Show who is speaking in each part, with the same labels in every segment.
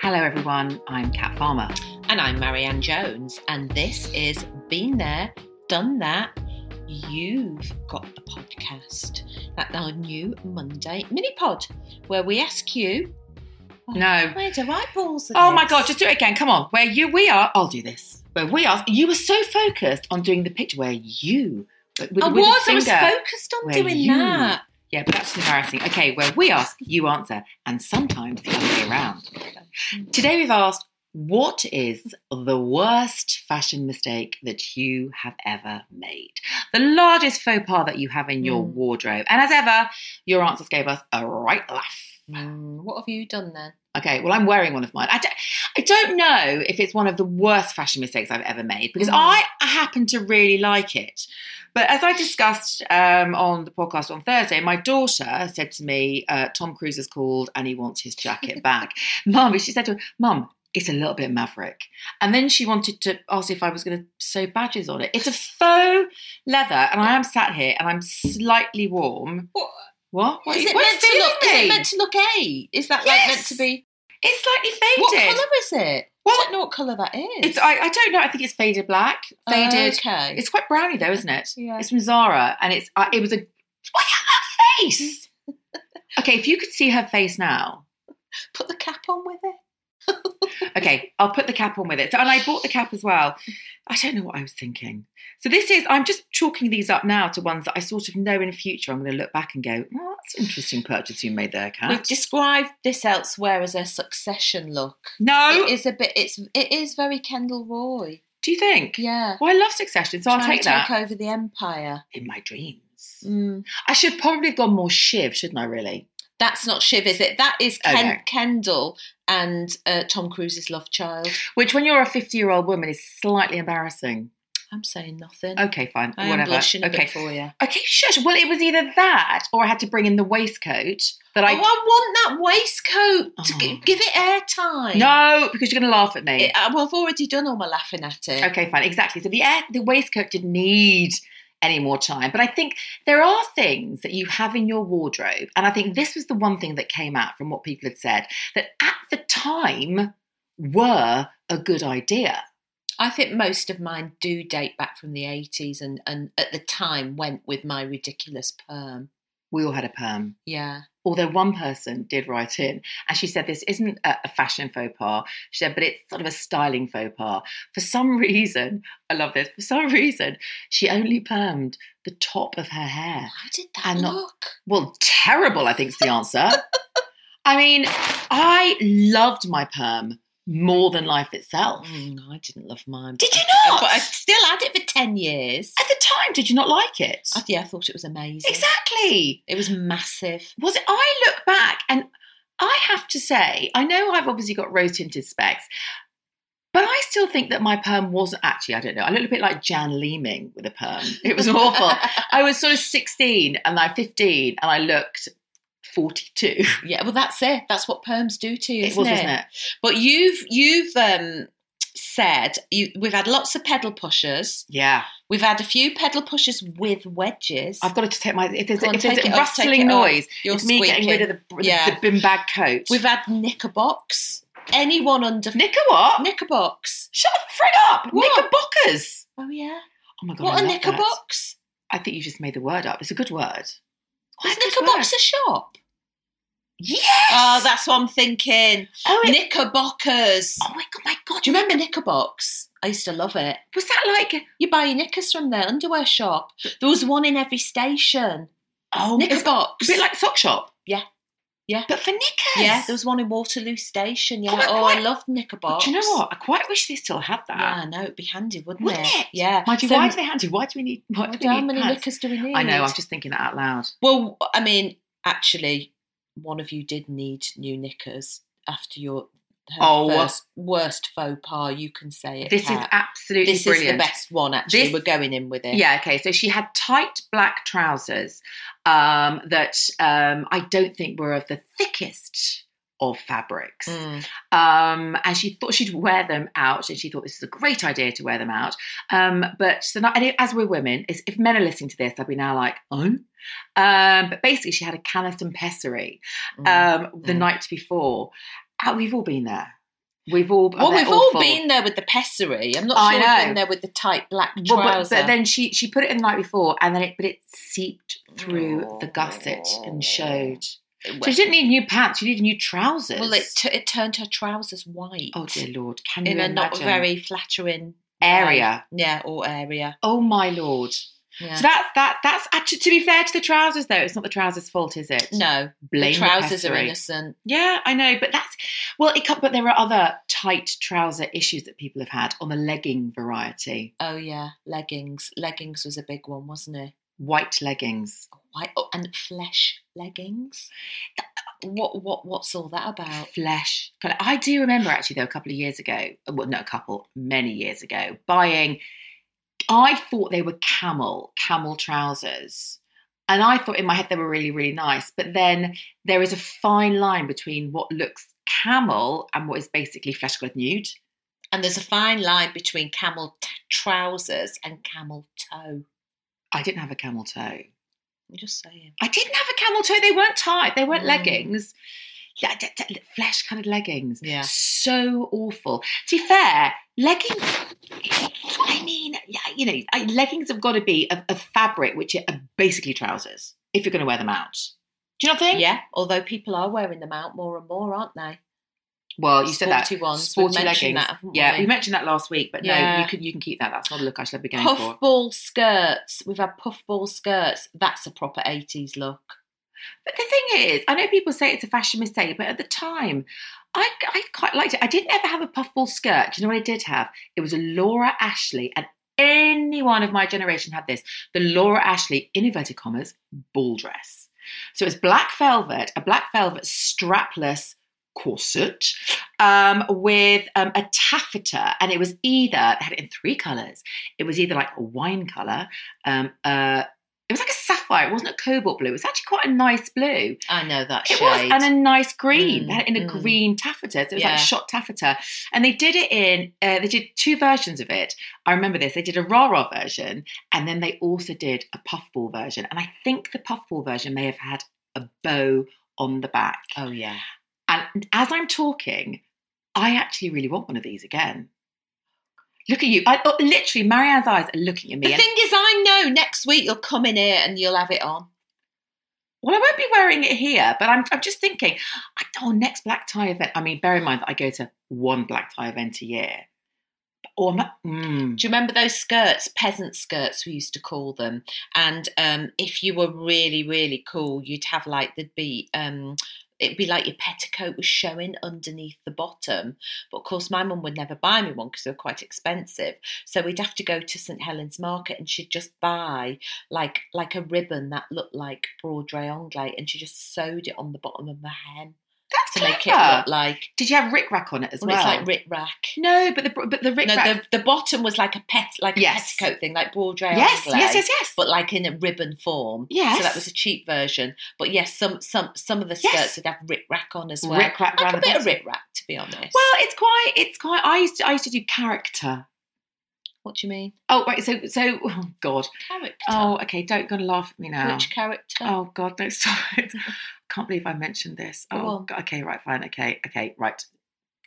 Speaker 1: Hello, everyone. I'm Kat Farmer.
Speaker 2: And I'm Marianne Jones, and this is Been There, Done That. You've got the podcast at our new Monday mini pod where we ask you.
Speaker 1: No.
Speaker 2: Where do I balls? with
Speaker 1: Oh my
Speaker 2: this?
Speaker 1: God, just do it again. Come on. Where you we are, I'll do this. Where we are, you were so focused on doing the picture where you. With, with
Speaker 2: I
Speaker 1: a
Speaker 2: was, I was
Speaker 1: finger.
Speaker 2: focused on
Speaker 1: where
Speaker 2: doing
Speaker 1: you-
Speaker 2: that.
Speaker 1: Yeah, but that's embarrassing. Okay, where we ask, you answer, and sometimes the other way around. Today we've asked, what is the worst fashion mistake that you have ever made? The largest faux pas that you have in your
Speaker 2: Mm.
Speaker 1: wardrobe. And as ever, your answers gave us a right laugh.
Speaker 2: Mm, what have you done then?
Speaker 1: Okay, well, I'm wearing one of mine. I don't, I don't know if it's one of the worst fashion mistakes I've ever made because
Speaker 2: Mm.
Speaker 1: I happen to really like it. But as I discussed um, on the podcast on Thursday, my daughter said to me, uh, Tom Cruise has called and he wants his jacket back. Mum, she said to her, Mum, it's a little bit maverick. And then she wanted to ask if I was going to sew badges on it. It's a faux leather, and I am sat here and I'm slightly warm.
Speaker 2: What-
Speaker 1: What? What
Speaker 2: Is it,
Speaker 1: what
Speaker 2: meant to look, is
Speaker 1: feeling me?
Speaker 2: it meant to look eight? Is that like meant
Speaker 1: Yes.
Speaker 2: to be?
Speaker 1: It's slightly
Speaker 2: What
Speaker 1: faded.
Speaker 2: colour is it?
Speaker 1: Well,
Speaker 2: I don't know what colour that is.
Speaker 1: It's I, I don't know. I think it's faded black. Faded.
Speaker 2: Oh, Okay.
Speaker 1: It's quite browny though, isn't it?
Speaker 2: Yeah.
Speaker 1: It's from Zara, and it's uh, it was a. Look at that face. okay, if you could see her face now.
Speaker 2: Put the cap on with it.
Speaker 1: Okay, I'll put the cap on with it. So, and I bought the cap as well. I don't know what I was thinking. So this is. I'm just chalking these up now to ones that I sort of know in future. I'm going to look back and go, "Oh, that's an interesting purchase you made there, Kat."
Speaker 2: We've described this elsewhere as a succession look.
Speaker 1: no,
Speaker 2: It is a bit. It's it is very Kendall Roy.
Speaker 1: do you think?
Speaker 2: Yeah.
Speaker 1: Well, I love Succession, so I'll
Speaker 2: Trying
Speaker 1: take
Speaker 2: to
Speaker 1: that
Speaker 2: Take over the empire.
Speaker 1: in my dreams.
Speaker 2: Mm.
Speaker 1: I should probably have gone more shiv, shouldn't I? Really?
Speaker 2: That's not Shiv, is it? That is Ken-
Speaker 1: Okay.
Speaker 2: Kendall and uh, Tom Cruise's love child.
Speaker 1: Which, when you're a 50 year old woman, is slightly embarrassing.
Speaker 2: I'm saying nothing.
Speaker 1: Okay, fine,
Speaker 2: I am
Speaker 1: Oh, whatever.
Speaker 2: blushing a
Speaker 1: okay,
Speaker 2: bit for you.
Speaker 1: okay, shush. Well, it was either that, or I had to bring in the waistcoat that
Speaker 2: Oh,
Speaker 1: I.
Speaker 2: I want that waistcoat. To
Speaker 1: Oh.
Speaker 2: gi- give it airtime.
Speaker 1: no, because you're going to laugh at me.
Speaker 2: It- uh, I- well, I've already done all my laughing at it.
Speaker 1: okay, fine, exactly. So the air, the waistcoat didn't need any more time, but I think there are things that you have in your wardrobe, and I think this was the one thing that came out from what people had said that at the time were a good idea.
Speaker 2: I think most of mine do date back from the 80s and, and at the time went with my ridiculous perm.
Speaker 1: We all had a perm.
Speaker 2: Yeah.
Speaker 1: although one person did write in and she said this isn't a, a fashion faux pas she said but it's sort of a styling faux pas for some reason i love this for some reason she only permed the top of her hair
Speaker 2: How did that
Speaker 1: And not-
Speaker 2: look?
Speaker 1: well terrible i think's the answer i mean i loved my perm more than life itself
Speaker 2: Mm, I didn't love mine.
Speaker 1: Did
Speaker 2: but
Speaker 1: you
Speaker 2: I-
Speaker 1: not?
Speaker 2: But I still had it for 10 years.
Speaker 1: at the time did you not like it
Speaker 2: I, yeah, I thought it was amazing.
Speaker 1: exactly
Speaker 2: It was massive.
Speaker 1: was it I look back and I have to say, I know I've obviously got rose tinted specs, but I still think that my perm was actually, I don't know, I looked a bit like Jan Leeming with a perm. It was awful. I was sort of 16 and I'm 15 and I looked 42.
Speaker 2: yeah, well, that's it. That's what perms do to you,
Speaker 1: It
Speaker 2: isn't
Speaker 1: was,
Speaker 2: it?
Speaker 1: wasn't it?
Speaker 2: But you've you've um, said you, we've had lots of pedal pushers.
Speaker 1: Yeah.
Speaker 2: We've had a few pedal pushers with wedges.
Speaker 1: I've got to take my, if there's,
Speaker 2: Go on,
Speaker 1: if there's
Speaker 2: take
Speaker 1: a
Speaker 2: it off, take
Speaker 1: rustling
Speaker 2: it off.
Speaker 1: noise,
Speaker 2: You're
Speaker 1: it's me getting rid
Speaker 2: squeaking.
Speaker 1: of the, the,
Speaker 2: Yeah.
Speaker 1: the bin bag coat.
Speaker 2: We've had knickerbox. Anyone under
Speaker 1: knicker what?
Speaker 2: knickerbox?
Speaker 1: Shut the frig up!
Speaker 2: What?
Speaker 1: Knickerbockers!
Speaker 2: Oh yeah.
Speaker 1: Oh my God.
Speaker 2: what
Speaker 1: I
Speaker 2: a
Speaker 1: love that.
Speaker 2: knickerbox?
Speaker 1: I think you just made the word up. It's a good word.
Speaker 2: Is
Speaker 1: It's a good
Speaker 2: knickerbox
Speaker 1: word.
Speaker 2: a shop?
Speaker 1: Yes.
Speaker 2: Oh, that's what I'm thinking.
Speaker 1: Oh, it-
Speaker 2: Knickerbockers.
Speaker 1: oh my god, my god!
Speaker 2: Do you remember knickerbox? I used to love it.
Speaker 1: Was that like?
Speaker 2: You buy your knickers from their underwear shop. There was one in every station.
Speaker 1: Oh, it's a
Speaker 2: Knickerbox.
Speaker 1: bit like sock shop.
Speaker 2: Yeah. Yeah.
Speaker 1: But for knickers.
Speaker 2: yeah, there was one in Waterloo Station. Yeah.
Speaker 1: Oh, I
Speaker 2: Oh, I
Speaker 1: quite-
Speaker 2: loved knickerbox.
Speaker 1: Do you know what? I quite wish they still had that.
Speaker 2: Yeah, I know it'd be handy, wouldn't,
Speaker 1: Wouldn't it?
Speaker 2: Yeah.
Speaker 1: Mind you,
Speaker 2: So-
Speaker 1: why do they hand you? Why do we need? Why
Speaker 2: Well,
Speaker 1: do we
Speaker 2: how
Speaker 1: need
Speaker 2: many
Speaker 1: pads?
Speaker 2: knickers do we need?
Speaker 1: I know. I'm just thinking that out loud.
Speaker 2: Well, I mean, actually, one of you did need new knickers after your her
Speaker 1: Oh.
Speaker 2: first, worst faux pas. You can say it.
Speaker 1: This is
Speaker 2: Kat.
Speaker 1: absolutely
Speaker 2: this
Speaker 1: brilliant.
Speaker 2: is the best one. Actually,
Speaker 1: This-
Speaker 2: we're going in with it.
Speaker 1: Yeah, okay. So she had tight black trousers um, that um, I don't think were of the thickest of fabrics.
Speaker 2: Mm.
Speaker 1: um, and she thought she'd wear them out, and she thought this is a great idea to wear them out. Um, but so not, and it- as we're women, it's, if men are listening to this, they'll be now like, oh. Um, but basically, she had a Caniston pessary
Speaker 2: Mm.
Speaker 1: um, the
Speaker 2: Mm.
Speaker 1: night before. Ah, we've all been there. We've all
Speaker 2: Well,
Speaker 1: they're
Speaker 2: we've all
Speaker 1: awful.
Speaker 2: been there with the pessary. I'm not
Speaker 1: I
Speaker 2: sure I've
Speaker 1: know.
Speaker 2: been there with the tight black trouser.
Speaker 1: Well, but, but then she she put it in the night before, and then it but it seeped through the gusset
Speaker 2: Oh.
Speaker 1: and showed. So
Speaker 2: It
Speaker 1: she
Speaker 2: went-
Speaker 1: didn't need new pants. She needed new trousers.
Speaker 2: well, it, t- it turned her trousers white
Speaker 1: oh dear lord, can you
Speaker 2: in a not
Speaker 1: imagine?
Speaker 2: very flattering
Speaker 1: area?
Speaker 2: yeah or area.
Speaker 1: Oh my lord.
Speaker 2: Yeah.
Speaker 1: So that's that. That's actually to be fair to the trousers though. It's not the trousers' fault, is it?
Speaker 2: no,
Speaker 1: blame
Speaker 2: the trousers are
Speaker 1: pessary.
Speaker 2: innocent.
Speaker 1: Yeah, I know, but that's well. It can't, but there are other tight trouser issues that people have had on the legging variety.
Speaker 2: Oh yeah, leggings. Leggings was a big one, wasn't it?
Speaker 1: White leggings,
Speaker 2: Why? Oh, and flesh leggings. uh, What? What? What's all that about?
Speaker 1: Oh, flesh. colour. I do remember actually though a couple of years ago, well, not a couple, many years ago, buying. I thought they were camel camel trousers, and I thought in my head they were really really nice. But then there is a fine line between what looks camel and what is basically flesh coloured nude.
Speaker 2: And there's a fine line between camel t- trousers and camel toe.
Speaker 1: I didn't have a camel toe.
Speaker 2: I'm just saying.
Speaker 1: I didn't have a camel toe. They weren't tight. They weren't
Speaker 2: Mm.
Speaker 1: leggings. Yeah, d- d- flesh coloured leggings.
Speaker 2: Yeah.
Speaker 1: So awful. To be fair, leggings. I mean, yeah, you know, I- leggings have got to be a, a fabric which are basically trousers if you're going to wear them out. Do you not think?
Speaker 2: Yeah, although people are wearing them out more and more, aren't they?
Speaker 1: Well, Oh, you said that.
Speaker 2: Sporty ones. we
Speaker 1: Sporty
Speaker 2: mentioned
Speaker 1: leggings.
Speaker 2: that, haven't
Speaker 1: yeah,
Speaker 2: we?
Speaker 1: we mentioned that last week, but no,
Speaker 2: Yeah. Oh,
Speaker 1: you can you can keep that. That's not a look I should be going for.
Speaker 2: Puffball skirts. We've had puffball skirts. That's a proper 80s look.
Speaker 1: But the thing is, I know people say it's a fashion mistake, but at the time, I, I quite liked it. I didn't ever have a puffball skirt. Do you know what I did have? It was a Laura Ashley, and anyone of my generation had this the Laura Ashley, in inverted commas, ball dress. So it's black velvet, a black velvet strapless corset um, with um, a taffeta, and it was either, it had it in three colours. It was either like a wine colour, um, uh, it was like a sapphire, it wasn't a cobalt blue, it was actually quite a nice blue.
Speaker 2: I know that
Speaker 1: It
Speaker 2: shade.
Speaker 1: was, and a nice green.
Speaker 2: Mm,
Speaker 1: They had it in a
Speaker 2: mm.
Speaker 1: green taffeta. So it was
Speaker 2: Yeah.
Speaker 1: like shot taffeta. And they did it in, uh, they did two versions of it. I remember this. They did a rah rah version, and then they also did a puffball version. And I think the puffball version may have had a bow on the back.
Speaker 2: oh, yeah.
Speaker 1: And as I'm talking, I actually really want one of these again. Look at you. I, oh, literally, Marianne's eyes are looking at me.
Speaker 2: The
Speaker 1: and-
Speaker 2: thing is, I know next week you'll come in here and you'll have it on.
Speaker 1: Well, I won't be wearing it here, but I'm, I'm just thinking, I, oh, next black tie event. I mean, bear in mind that I go to one black tie event a year. Or I'm not, mm,
Speaker 2: Do you remember those skirts, peasant skirts, we used to call them? And um, if you were really, really cool, you'd have like there'd be um, it'd be like your petticoat was showing underneath the bottom. But of course, my mum would never buy me one because they were quite expensive. So we'd have to go to St Helen's Market, and she'd just buy like like a ribbon that looked like broadray anglais, and she just sewed it on the bottom of her hem
Speaker 1: that's
Speaker 2: to
Speaker 1: clever.
Speaker 2: make it look like
Speaker 1: Did you have Rick Rack on it as
Speaker 2: well,
Speaker 1: well?
Speaker 2: it's like rick rack.
Speaker 1: no, but the but the Rick
Speaker 2: No,
Speaker 1: Rack.
Speaker 2: the, the bottom was like a pet, like a
Speaker 1: Yes.
Speaker 2: petticoat thing, like broadray.
Speaker 1: yes,
Speaker 2: anglais,
Speaker 1: yes, yes, yes.
Speaker 2: But like in a ribbon form.
Speaker 1: Yes.
Speaker 2: So that was a cheap version. But yes, some some some of the skirts
Speaker 1: Yes.
Speaker 2: would have rick rack on as well.
Speaker 1: Rick Rack
Speaker 2: like
Speaker 1: round
Speaker 2: a
Speaker 1: the
Speaker 2: bit of
Speaker 1: bottom.
Speaker 2: rick rack, to be honest.
Speaker 1: Well, it's quite it's quite. I used to I used to do character.
Speaker 2: what do you mean?
Speaker 1: Oh right, so so oh God.
Speaker 2: Character.
Speaker 1: Oh okay, don't gonna laugh at me now.
Speaker 2: Which character?
Speaker 1: Oh God, no, stop it. I can't believe I mentioned this.
Speaker 2: Go
Speaker 1: Oh,
Speaker 2: on.
Speaker 1: God, okay, right, fine, okay, okay, right.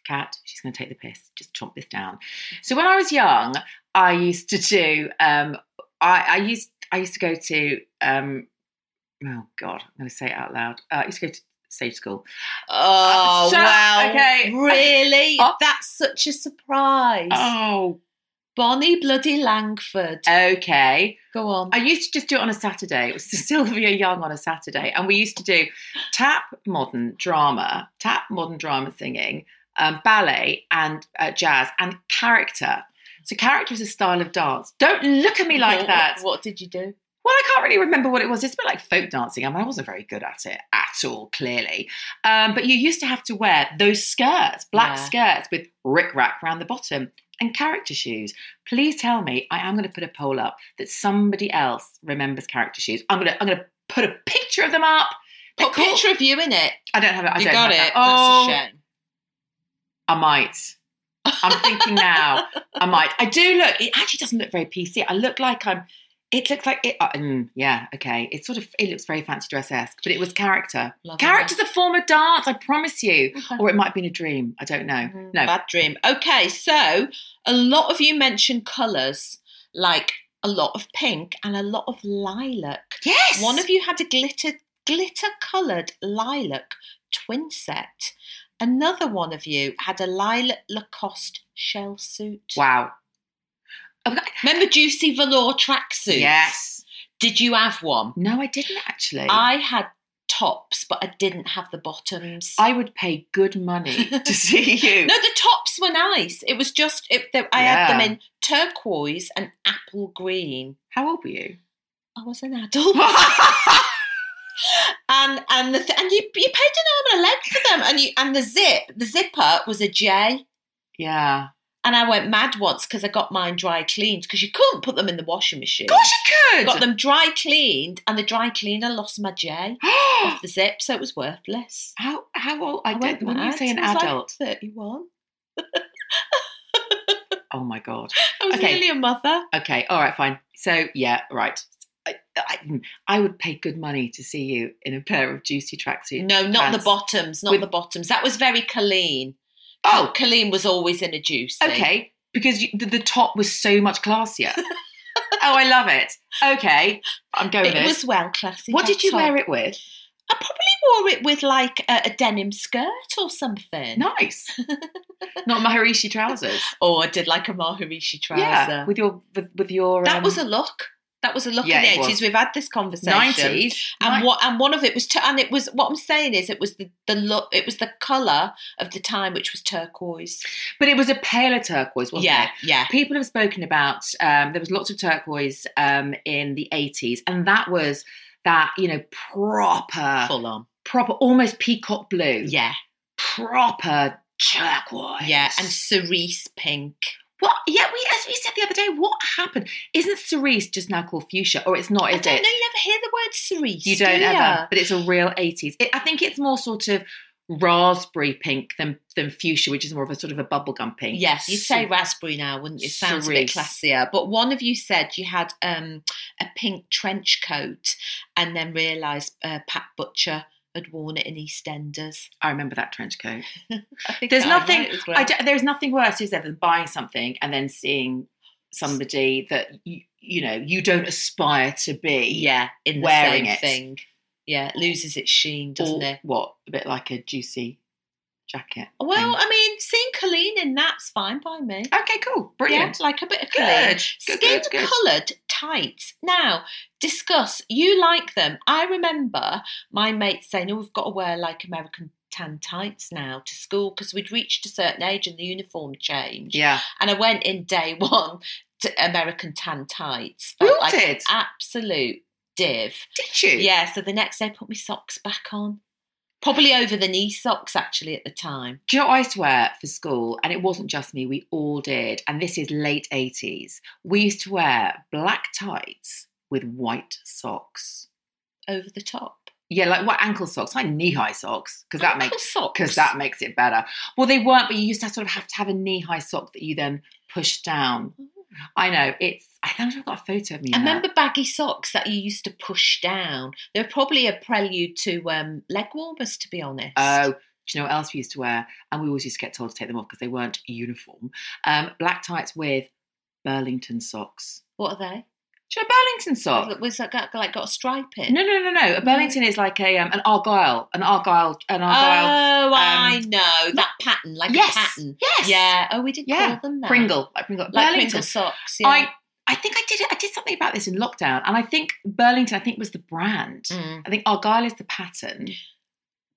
Speaker 1: Cat, she's going to take the piss. Just chomp this down. So when I was young, I used to do. Um, I, I used I used to go to. Um, oh God, I'm going to say it out loud. Uh, I used to go to stage school.
Speaker 2: Oh,
Speaker 1: shut up,
Speaker 2: wow.
Speaker 1: okay.
Speaker 2: Really?
Speaker 1: Oh.
Speaker 2: That's such a surprise.
Speaker 1: Oh,
Speaker 2: Bonnie bloody Langford.
Speaker 1: okay.
Speaker 2: Go on.
Speaker 1: I used to just do it on a Saturday. It was Sylvia Young on a Saturday, and we used to do tap modern drama, tap modern drama singing, um, ballet, and uh, jazz, and character. So character is a style of dance. Don't look at me like
Speaker 2: What-
Speaker 1: that.
Speaker 2: What, what did you do?
Speaker 1: Well, I can't really remember what it was. It's a bit like folk dancing. I mean, I wasn't very good at it at all, clearly. Um, but you used to have to wear those skirts, black skirts with rick rack round the bottom and character shoes. Please tell me, I am going to put a poll up that somebody else remembers character shoes. I'm going to, I'm going to put a picture of them up. They're
Speaker 2: Put a
Speaker 1: cool.
Speaker 2: picture of you in it.
Speaker 1: I don't have it. I
Speaker 2: you
Speaker 1: don't
Speaker 2: got
Speaker 1: have That.
Speaker 2: it.
Speaker 1: Oh,
Speaker 2: That's a shame.
Speaker 1: I might. I'm thinking now. I might. I do look. It actually doesn't look very PC. I look like I'm It looks like it. Uh, mm, yeah, okay. It sort of it looks very fancy dress esque, but it was character.
Speaker 2: Love
Speaker 1: Character's a form of dance, I promise you.
Speaker 2: Okay.
Speaker 1: Or it might have been a dream. I don't know.
Speaker 2: Mm,
Speaker 1: No,
Speaker 2: Bad dream. Okay, so a lot of you mentioned colours, like a lot of pink and a lot of lilac.
Speaker 1: yes.
Speaker 2: One of you had a glitter glitter coloured lilac twin set. Another one of you had a lilac Lacoste shell suit.
Speaker 1: wow. Oh,
Speaker 2: Remember Juicy Velour tracksuits?
Speaker 1: Yes.
Speaker 2: Did you have one?
Speaker 1: No, I didn't actually.
Speaker 2: I had tops, but I didn't have the bottoms.
Speaker 1: I would pay good money to see you.
Speaker 2: No, the tops were nice. It was just it, the, I had them
Speaker 1: Yeah.
Speaker 2: in turquoise and apple green.
Speaker 1: How old were you?
Speaker 2: I was an adult, and and the th- and you you paid an arm and a leg for them, and you and the zip the zipper was a J,
Speaker 1: yeah.
Speaker 2: and I went mad once because I got mine dry cleaned because you couldn't put them in the washing machine.
Speaker 1: Gosh, you could.
Speaker 2: Got them dry cleaned, and the dry cleaner lost my J off the zip, so it was worthless.
Speaker 1: how how old? I,
Speaker 2: went
Speaker 1: don't. When you
Speaker 2: mad.
Speaker 1: say an
Speaker 2: I was like
Speaker 1: adult,
Speaker 2: thirty-one.
Speaker 1: oh my god.
Speaker 2: I was
Speaker 1: Okay.
Speaker 2: nearly a mother.
Speaker 1: Okay, all right, fine. So yeah, right. I, I, hmm, I would pay good money to see you in a pair of juicy tracksuit.
Speaker 2: No, not the
Speaker 1: pants.
Speaker 2: bottoms, not
Speaker 1: With-
Speaker 2: the bottoms. That was very Colleen.
Speaker 1: Oh,
Speaker 2: Colleen was always in a juice.
Speaker 1: okay, because you, the, the top was so much classier. oh, I love it. Okay, I'm going with
Speaker 2: It
Speaker 1: this.
Speaker 2: was well classy.
Speaker 1: what did you wear
Speaker 2: It?
Speaker 1: it with?
Speaker 2: I probably wore it with like a, a denim skirt or something.
Speaker 1: Nice. not Maharishi trousers.
Speaker 2: Or Oh, I did like a Maharishi trouser.
Speaker 1: Yeah, with your with, with your
Speaker 2: that
Speaker 1: um,
Speaker 2: was a look. That was a look
Speaker 1: Yeah,
Speaker 2: in
Speaker 1: it
Speaker 2: the
Speaker 1: was.
Speaker 2: eighties. We've had this conversation.
Speaker 1: 90s.
Speaker 2: And
Speaker 1: Ni-
Speaker 2: what and one of it was tu- and it was what I'm saying is it was the the look it was the color of the time which was turquoise.
Speaker 1: but it was a paler turquoise, wasn't it?
Speaker 2: yeah, yeah.
Speaker 1: People have spoken about um, there was lots of turquoise um, in the 80s, and that was that you know proper,
Speaker 2: Full on.
Speaker 1: proper, almost peacock blue,
Speaker 2: Uh, Yeah,
Speaker 1: proper turquoise.
Speaker 2: yeah. And cerise pink.
Speaker 1: what? Yeah, we as we said the other day, what happened? Isn't cerise just now called fuchsia, or it's not? Is
Speaker 2: I don't
Speaker 1: it?
Speaker 2: know. You never hear the word cerise.
Speaker 1: You don't
Speaker 2: do
Speaker 1: ever,
Speaker 2: ya?
Speaker 1: but it's a real 80s. It, I think it's more sort of raspberry pink than than fuchsia, which is more of a sort of a bubblegum pink.
Speaker 2: Yes, you'd say
Speaker 1: Cere-
Speaker 2: raspberry now, wouldn't you? Sounds a bit
Speaker 1: Cerise.
Speaker 2: classier. But one of you said you had um, a pink trench coat and then realised uh, Pat Butcher had worn it in EastEnders.
Speaker 1: I remember that trench coat.
Speaker 2: I think
Speaker 1: There's
Speaker 2: I might
Speaker 1: nothing-
Speaker 2: as
Speaker 1: I
Speaker 2: well.
Speaker 1: don't- there's nothing worse, is there, than buying something and then seeing somebody that you, you know you don't aspire to be.
Speaker 2: yeah, in the
Speaker 1: wearing
Speaker 2: same
Speaker 1: it.
Speaker 2: thing. Yeah, it loses its sheen, doesn't
Speaker 1: Or
Speaker 2: it?
Speaker 1: What? A bit like a juicy jacket.
Speaker 2: Well, I mean, seeing Colleen in that's fine by me.
Speaker 1: thing. okay, cool, brilliant.
Speaker 2: Yeah, like a bit of Colleen.
Speaker 1: Good. Good,
Speaker 2: Skin
Speaker 1: good, good.
Speaker 2: coloured tights. Now, discuss. You like them. I remember my mate saying, Oh, we've got to wear like American tan tights now to school because we'd reached a certain age and the uniform changed.
Speaker 1: Yeah.
Speaker 2: And I went in day one to American tan tights. Felt like an
Speaker 1: Wilted.
Speaker 2: absolute div.
Speaker 1: Did you?
Speaker 2: Yeah, so the next day I put my socks back on. Probably over the knee socks actually at the time.
Speaker 1: Do you know what I used to wear for school? And it wasn't just me, we all did. And this is late 80s. We used to wear black tights with white socks.
Speaker 2: Over the top.
Speaker 1: Yeah, like what ankle socks, like knee high socks, because that
Speaker 2: Ankle
Speaker 1: makes
Speaker 2: socks.
Speaker 1: because that makes it better. Well, they weren't, but you used to sort of have to have a knee high sock that you then push down. I know it's. I think I've got a photo of me.
Speaker 2: I
Speaker 1: now.
Speaker 2: remember baggy socks that you used to push down. They're probably a prelude to um, leg warmers, to be honest.
Speaker 1: Oh, do you know what else we used to wear? And we always used to get told to take them off because they weren't uniform. Um, black tights with Burlington socks.
Speaker 2: what are they?
Speaker 1: Do you know a Burlington sock?
Speaker 2: That Was that got, like got a stripe in?
Speaker 1: No, no, no, no. A Burlington is like a um, an argyle, an argyle, an
Speaker 2: Oh,
Speaker 1: argyle.
Speaker 2: I know that pattern, Oh, like
Speaker 1: um, yes,
Speaker 2: a pattern.
Speaker 1: yes.
Speaker 2: Yeah. Oh, we did
Speaker 1: Yeah.
Speaker 2: call them that.
Speaker 1: Pringle, like Pringle,
Speaker 2: like
Speaker 1: Burlington.
Speaker 2: Pringle socks. Yeah.
Speaker 1: I, I think I did. I did something about this in lockdown, and I think Burlington, I think was the brand.
Speaker 2: Mm.
Speaker 1: I think Argyle is the pattern.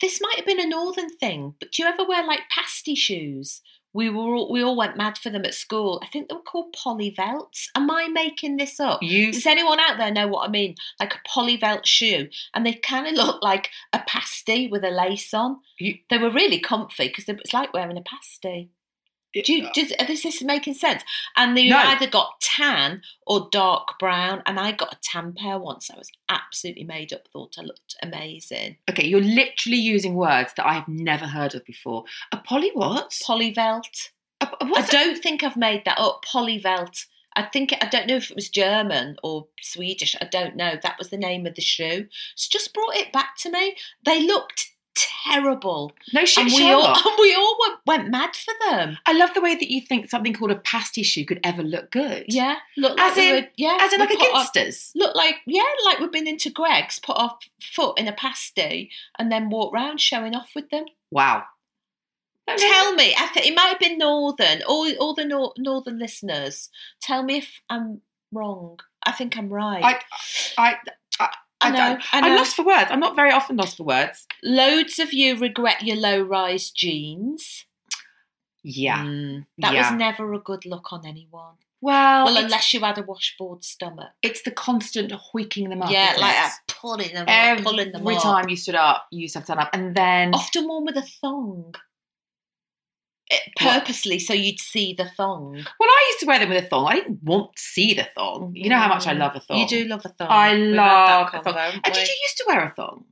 Speaker 2: This might have been a northern thing, but do you ever wear like pasty shoes? We were all, we all went mad for them at school. I think they were called polyvelts. Am I making this up?
Speaker 1: You
Speaker 2: Does anyone out there know what I mean? Like a polyvelt shoe, and they kind of look like a pasty with a lace on.
Speaker 1: You-
Speaker 2: they were really comfy because it was like wearing a pasty. Do you, does, is this making sense? And they
Speaker 1: No.
Speaker 2: either got tan or dark brown, and I got a tan pair once. I was absolutely made up. Thought I looked amazing.
Speaker 1: okay? You're literally using words that I have never heard of before. A poly what?
Speaker 2: Polyvelt.
Speaker 1: A- a-
Speaker 2: I
Speaker 1: what's a-
Speaker 2: don't think I've made that up. Polyvelt. I think I don't know if it was German or Swedish. I don't know. That was the name of the shoe. It's just brought it back to me. They looked terrible,
Speaker 1: No shit,
Speaker 2: and we all
Speaker 1: Sherlock.
Speaker 2: and we all went, went mad for them.
Speaker 1: I love the way that you think something called a pasty shoe could ever look good.
Speaker 2: Yeah, look
Speaker 1: As
Speaker 2: like they
Speaker 1: in-
Speaker 2: were- yeah,
Speaker 1: As in
Speaker 2: we
Speaker 1: like a
Speaker 2: put our-
Speaker 1: ginsters.
Speaker 2: Look like yeah, like we've been into Greg's, put our foot in a pasty, and then walk round showing off with them.
Speaker 1: Wow.
Speaker 2: Tell me, I think it might have been Northern, all, all the nor- Northern listeners. Tell me if I'm wrong. I think I'm right.
Speaker 1: I, I, I
Speaker 2: know. I know.
Speaker 1: I'm lost for words. I'm not very often lost for words.
Speaker 2: Loads of you regret your low-rise jeans.
Speaker 1: Yeah.
Speaker 2: Mm, that
Speaker 1: Yeah.
Speaker 2: was never a good look on anyone.
Speaker 1: Well,
Speaker 2: Well,
Speaker 1: it's,
Speaker 2: unless you had a washboard stomach.
Speaker 1: it's the constant hoiking them up.
Speaker 2: yeah,
Speaker 1: isn't
Speaker 2: like
Speaker 1: it?
Speaker 2: that, pulling them
Speaker 1: every
Speaker 2: up, pulling them up. Oh.
Speaker 1: time you stood up, you used to have to stand up, and then
Speaker 2: Often one with a thong. It-
Speaker 1: What?
Speaker 2: purposely, so you'd see the thong.
Speaker 1: well, I used to wear them with a thong. I didn't want to see the thong. You know how much I love a thong.
Speaker 2: Mm. You do love a thong.
Speaker 1: I
Speaker 2: We've had
Speaker 1: love
Speaker 2: that
Speaker 1: a thong.
Speaker 2: convo, haven't
Speaker 1: And
Speaker 2: we?
Speaker 1: did you used to wear a thong?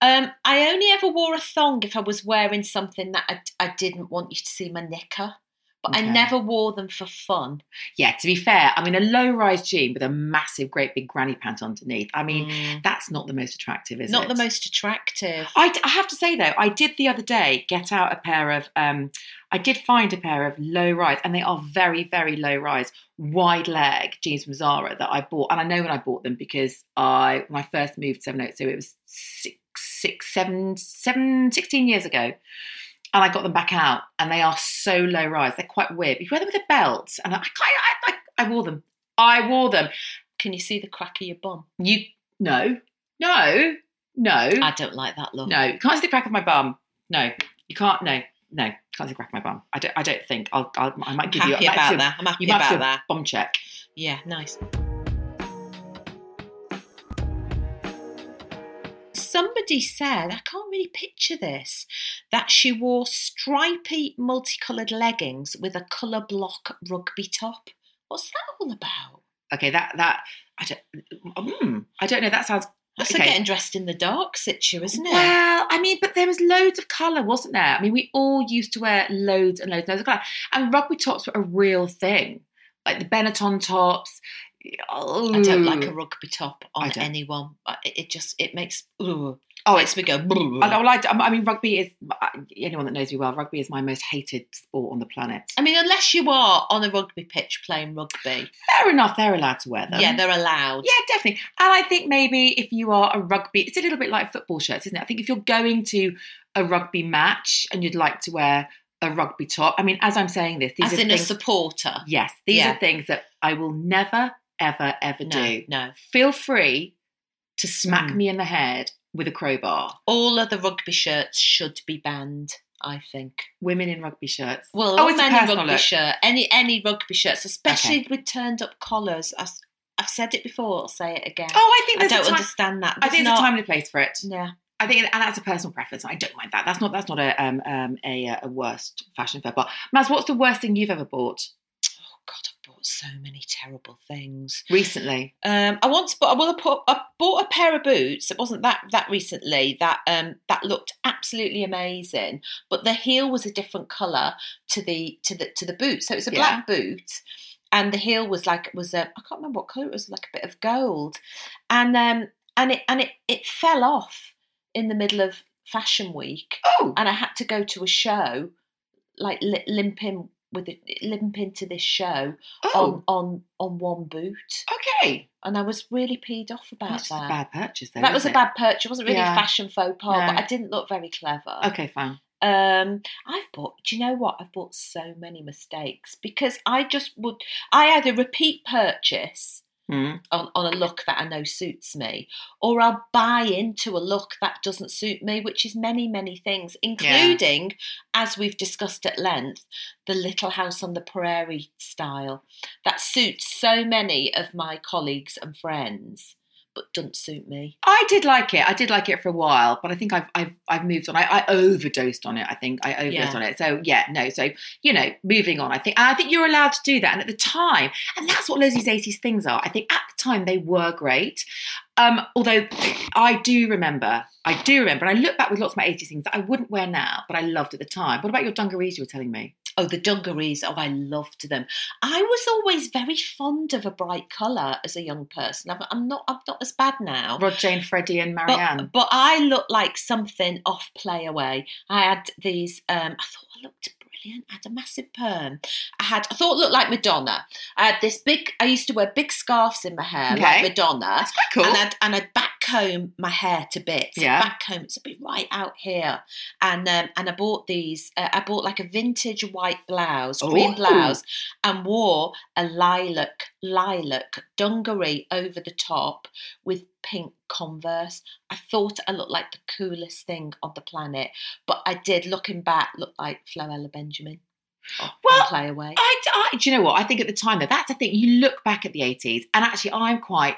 Speaker 2: Um, I only ever wore a thong if I was wearing something that I, I didn't want you to see my knicker. But
Speaker 1: Okay.
Speaker 2: I never wore them for fun.
Speaker 1: Yeah. To be fair, I mean, a low-rise jean with a massive, great big granny pant underneath. I mean, that's not the most attractive, Mm, is
Speaker 2: Mm. not
Speaker 1: it?
Speaker 2: the most attractive.
Speaker 1: I, I have to say though, I did the other day get out a pair of. Um, I did find a pair of low rise, and they are very, very low rise, wide leg jeans from Zara that I bought, and I know when I bought them because I when I first moved to Seven Oaks, so it was six, six, seven, seven, 16 years ago. And I got them back out, and they are so low rise. They're quite weird. You wear them with a belt, and I, I, I, I wore them. I wore them.
Speaker 2: Can you see the crack of your bum?
Speaker 1: You no, no, no.
Speaker 2: I don't like that look.
Speaker 1: Mm. No, you can't see the crack of my bum. No, you can't. No, no, can't see the crack of my bum. I don't. I don't think. I'll. I'll I might
Speaker 2: I'm
Speaker 1: give you. I
Speaker 2: happy
Speaker 1: might
Speaker 2: about
Speaker 1: do a
Speaker 2: that. I'm happy
Speaker 1: you might have
Speaker 2: about
Speaker 1: to-
Speaker 2: that.
Speaker 1: Bum check.
Speaker 2: Yeah, nice. Somebody said, I can't really picture this, that she wore stripy multicoloured leggings with a colour block rugby top. What's that all about?
Speaker 1: Okay, that that I don't. Mm, I don't know. That sounds.
Speaker 2: That's
Speaker 1: Okay.
Speaker 2: a getting dressed in the dark situ, isn't it?
Speaker 1: Well, I mean, but there was loads of colour, wasn't there? I mean, we all used to wear loads and loads and loads of colour, and rugby tops were a real thing, like the Benetton tops.
Speaker 2: I don't like
Speaker 1: Ooh.
Speaker 2: a rugby top
Speaker 1: I
Speaker 2: on
Speaker 1: don't.
Speaker 2: anyone. I- It it just it makes ooh,
Speaker 1: Oh, it's
Speaker 2: makes me go.
Speaker 1: I, well, I, I mean, rugby is anyone that knows me well. Rugby is my most hated sport on the planet.
Speaker 2: I mean, unless you are on a rugby pitch playing rugby,
Speaker 1: Fair enough, they're allowed to wear them.
Speaker 2: yeah, they're allowed.
Speaker 1: Yeah, definitely. And I think maybe if you are a rugby, it's a little bit like football shirts, isn't it? I think if you're going to a rugby match and you'd like to wear a rugby top, I mean, as I'm saying this, these
Speaker 2: as
Speaker 1: are
Speaker 2: in a
Speaker 1: things.
Speaker 2: supporter.
Speaker 1: yes, these
Speaker 2: Yeah.
Speaker 1: are things that I will never, ever, ever
Speaker 2: No,
Speaker 1: do.
Speaker 2: no.
Speaker 1: Feel free to smack
Speaker 2: Mm.
Speaker 1: me in the head with a crowbar.
Speaker 2: All other rugby shirts should be banned. I think.
Speaker 1: Women in rugby shirts.
Speaker 2: Well,
Speaker 1: Oh,
Speaker 2: oh,
Speaker 1: it's a
Speaker 2: any
Speaker 1: personal
Speaker 2: rugby
Speaker 1: look.
Speaker 2: shirt, any any rugby shirts, especially with turned up collars. I've, I've said it before. I'll say it again.
Speaker 1: Oh, I think
Speaker 2: I
Speaker 1: there's
Speaker 2: don't
Speaker 1: a time.
Speaker 2: understand that.
Speaker 1: I think
Speaker 2: There's
Speaker 1: there's a
Speaker 2: not-
Speaker 1: time and a place for it.
Speaker 2: Yeah.
Speaker 1: I think, and that's a personal preference. I don't mind that. That's not that's not a um, um a, uh, a worst fashion faux pas. Maz, what's the worst thing you've ever bought
Speaker 2: Oh God, I've bought so many terrible things.
Speaker 1: recently?
Speaker 2: Um, I once bought. Well, I, put, I bought a pair of boots. It wasn't that that recently. That um, that looked absolutely amazing. But the heel was a different colour to the to the to the boot. So it was a black boot, and the heel was like was a I can't remember what colour it was. Like a bit of gold, and um and it and it it fell off in the middle of fashion week,
Speaker 1: Oh,
Speaker 2: and I had to go to a show, like li- limping with it, limping to this show
Speaker 1: oh,
Speaker 2: on on on one boot
Speaker 1: okay.
Speaker 2: and I was really peed off about
Speaker 1: That's just a
Speaker 2: that.
Speaker 1: bad purchase, though.
Speaker 2: that was a
Speaker 1: wasn't
Speaker 2: bad perch. It wasn't really
Speaker 1: Yeah.
Speaker 2: a fashion faux pas,
Speaker 1: No.
Speaker 2: but I didn't look very clever.
Speaker 1: it? Okay, fine.
Speaker 2: Um, I've bought. Do you know what? I've bought so many mistakes because I just would. I either repeat purchase
Speaker 1: Mm.
Speaker 2: on, on a look that I know suits me, or I'll buy into a look that doesn't suit me, which is many, many things, including, as we've discussed at length, the Little House on the Prairie style that suits so many of my colleagues and friends, but doesn't suit me.
Speaker 1: I did like it. I did like it for a while, but I think I've I've, I've moved on. I, I overdosed on it. I think I overdosed
Speaker 2: Yeah.
Speaker 1: on it. So yeah, no. So you know, moving on. I think and I think you're allowed to do that. And at the time, and that's what those these eighties things are. I think at the time they were great. Um, although I do remember, I do remember, and I look back with lots of my eighties things that I wouldn't wear now, but I loved at the time. What about your dungarees you were telling me?
Speaker 2: Oh, the dungarees. Oh, I loved them. I was always very fond of a bright colour as a young person. I'm, I'm not. I'm not as bad now.
Speaker 1: Rod, Jane, Freddie, and Marianne.
Speaker 2: But, but I looked like something off play away. I had these. Um, I thought I looked brilliant. I had a massive perm. I had. I thought I looked like Madonna. I had this big. I used to wear big scarves in my hair like
Speaker 1: Okay.
Speaker 2: Madonna,
Speaker 1: That's quite cool.
Speaker 2: and I'd and I'd back comb my hair to bits.
Speaker 1: Yeah.
Speaker 2: back comb it to be right out here. And um, and I bought these. Uh, I bought like a vintage white blouse, green
Speaker 1: Ooh.
Speaker 2: blouse, and wore a lilac lilac dungaree over the top with pink converse i thought i looked like the coolest thing on the planet but i did looking back look like floella benjamin on
Speaker 1: Well,
Speaker 2: play away
Speaker 1: I, I- do you know what? I think at the time though, that's the thing. You look back at the 80s, and actually, I'm quite,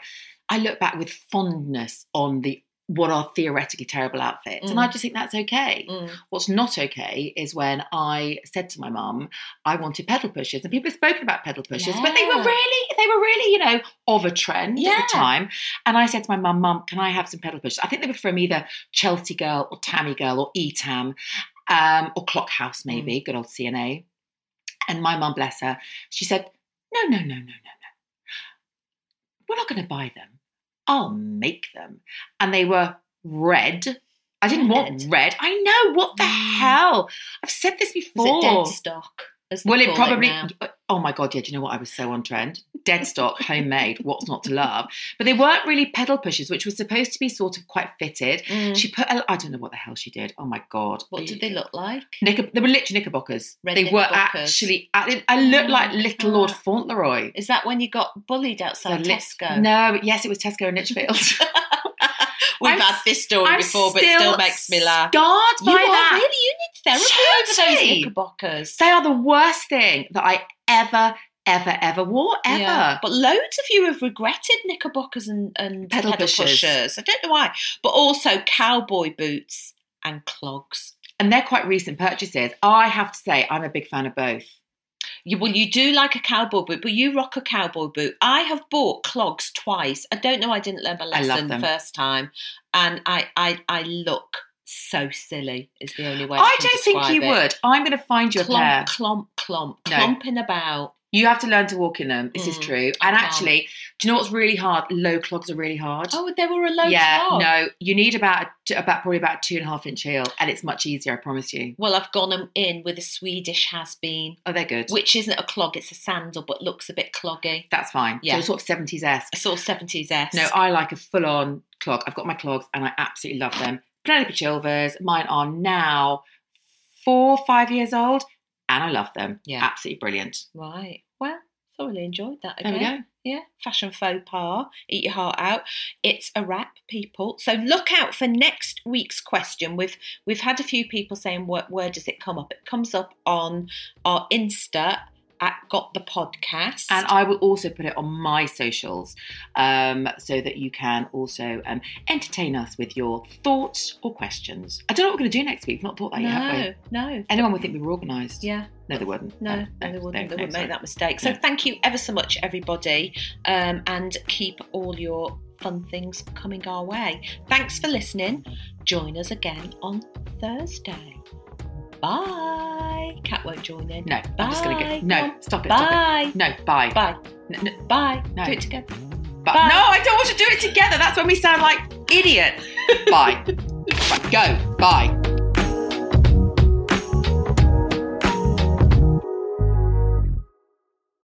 Speaker 1: I look back with fondness on the what are theoretically terrible outfits, and I just think that's okay.
Speaker 2: Mm.
Speaker 1: What's not okay is when I said to my mum, I wanted pedal pushers, and people have spoken about pedal pushers, but they were
Speaker 2: Yeah.
Speaker 1: really, they were really, you know, of a trend
Speaker 2: Yeah.
Speaker 1: at the time. And I said to my mum, Mum, can I have some pedal pushers? I think they were from either Chelsea Girl or Tammy Girl or E Etam um, or Clockhouse,
Speaker 2: Mm.
Speaker 1: maybe, good old CNA. And my mum, bless her, she said, No, no, no, no, no, no. We're not going to buy them. I'll make them. And they were red. I didn't want red. I know. What the
Speaker 2: Mm.
Speaker 1: hell? I've said this
Speaker 2: was
Speaker 1: before.
Speaker 2: it dead stock as they
Speaker 1: Well, it
Speaker 2: call
Speaker 1: probably.
Speaker 2: now?
Speaker 1: oh my god, yeah. Do you know what? I was so on trend. Dead stock, homemade. What's not to love? But they weren't really pedal pushers, which was supposed to be sort of quite fitted.
Speaker 2: Mm.
Speaker 1: She put. A, I don't know what the hell she did. Oh my god.
Speaker 2: what did they look like
Speaker 1: Knicker, they were literally knickerbockers.
Speaker 2: Red
Speaker 1: they were
Speaker 2: knickerbockers.
Speaker 1: actually. I, I looked
Speaker 2: Oh
Speaker 1: like
Speaker 2: my
Speaker 1: Little Lord
Speaker 2: God.
Speaker 1: Fauntleroy.
Speaker 2: is that when you got bullied outside
Speaker 1: So lit-
Speaker 2: tesco
Speaker 1: No, yes, it was Tesco and Litchfield.
Speaker 2: we've
Speaker 1: I'm
Speaker 2: had this story
Speaker 1: I'm
Speaker 2: before but it still makes me laugh
Speaker 1: Scarred by
Speaker 2: you are
Speaker 1: that.
Speaker 2: really you need therapy over those
Speaker 1: Totally.
Speaker 2: knickerbockers
Speaker 1: They are the worst thing that I ever, ever, ever wore, ever.
Speaker 2: Yeah. But loads of you have regretted knickerbockers and, and
Speaker 1: Pedal
Speaker 2: pedal,
Speaker 1: pushers.
Speaker 2: pushers. I don't know why. But also cowboy boots and clogs.
Speaker 1: And they're quite recent purchases. I have to say, I'm a big fan of both.
Speaker 2: You, well, you do like a cowboy boot, but you rock a cowboy boot. I have bought clogs twice. I don't know. I didn't learn my
Speaker 1: I love
Speaker 2: lesson
Speaker 1: them.
Speaker 2: first time, and I, I, I look so silly. Is the only way. I,
Speaker 1: I
Speaker 2: can
Speaker 1: don't think
Speaker 2: describe
Speaker 1: you
Speaker 2: it.
Speaker 1: would. I'm going to find you a pair.
Speaker 2: Clomp, clomp, clomp,
Speaker 1: No.
Speaker 2: clomping about.
Speaker 1: You have to learn to walk in them. This is
Speaker 2: Mm,
Speaker 1: true.
Speaker 2: I
Speaker 1: And
Speaker 2: can't.
Speaker 1: actually, do you know what's really hard? Low clogs are really hard.
Speaker 2: Oh, they were a low
Speaker 1: yeah,
Speaker 2: clog.
Speaker 1: no, you need about about probably about a two and a half inch heel, and it's much easier. I promise you.
Speaker 2: Well, I've gone 'em in with a Swedish has been.
Speaker 1: Oh, they're good.
Speaker 2: which isn't a clog, it's a sandal, but looks a bit cloggy.
Speaker 1: That's fine.
Speaker 2: Yeah.
Speaker 1: So sort of seventies esque.
Speaker 2: I saw 70s esque.
Speaker 1: No, I like a full on clog. I've got my clogs, and I absolutely love them. Penelope Chilvers. Mine are now four, five years old, and I love them.
Speaker 2: Yeah.
Speaker 1: absolutely brilliant.
Speaker 2: right. Well, thoroughly enjoyed that
Speaker 1: There
Speaker 2: again.
Speaker 1: we go.
Speaker 2: Yeah, fashion faux pas, eat your heart out. It's a wrap, people. So look out for next week's question. We've we've had a few people saying where, where does it come up? It comes up on our Insta at Got the Podcast.
Speaker 1: And I will also put it on my socials um, so that you can also um, entertain us with your thoughts or questions. I don't know what we're going to do next week. We've not thought that yet, have we?
Speaker 2: no, no.
Speaker 1: Anyone would think we were organised.
Speaker 2: Yeah.
Speaker 1: No, they wouldn't.
Speaker 2: No, no, they wouldn't. they wouldn't
Speaker 1: sorry.
Speaker 2: make that mistake. So
Speaker 1: No.
Speaker 2: thank you ever so much, everybody, um, and keep all your fun things coming our way. Thanks for listening. Join us again on Thursday. Bye. Cat won't join in.
Speaker 1: No, I'm just going to
Speaker 2: Bye.
Speaker 1: go. No, stop it. Stop
Speaker 2: Bye.
Speaker 1: it. No, bye.
Speaker 2: Bye.
Speaker 1: N- n-
Speaker 2: Bye.
Speaker 1: No.
Speaker 2: Do it together.
Speaker 1: bye.
Speaker 2: Bye.
Speaker 1: No, I don't want to do it together. That's when we sound like idiots. bye. Right, Go. Bye.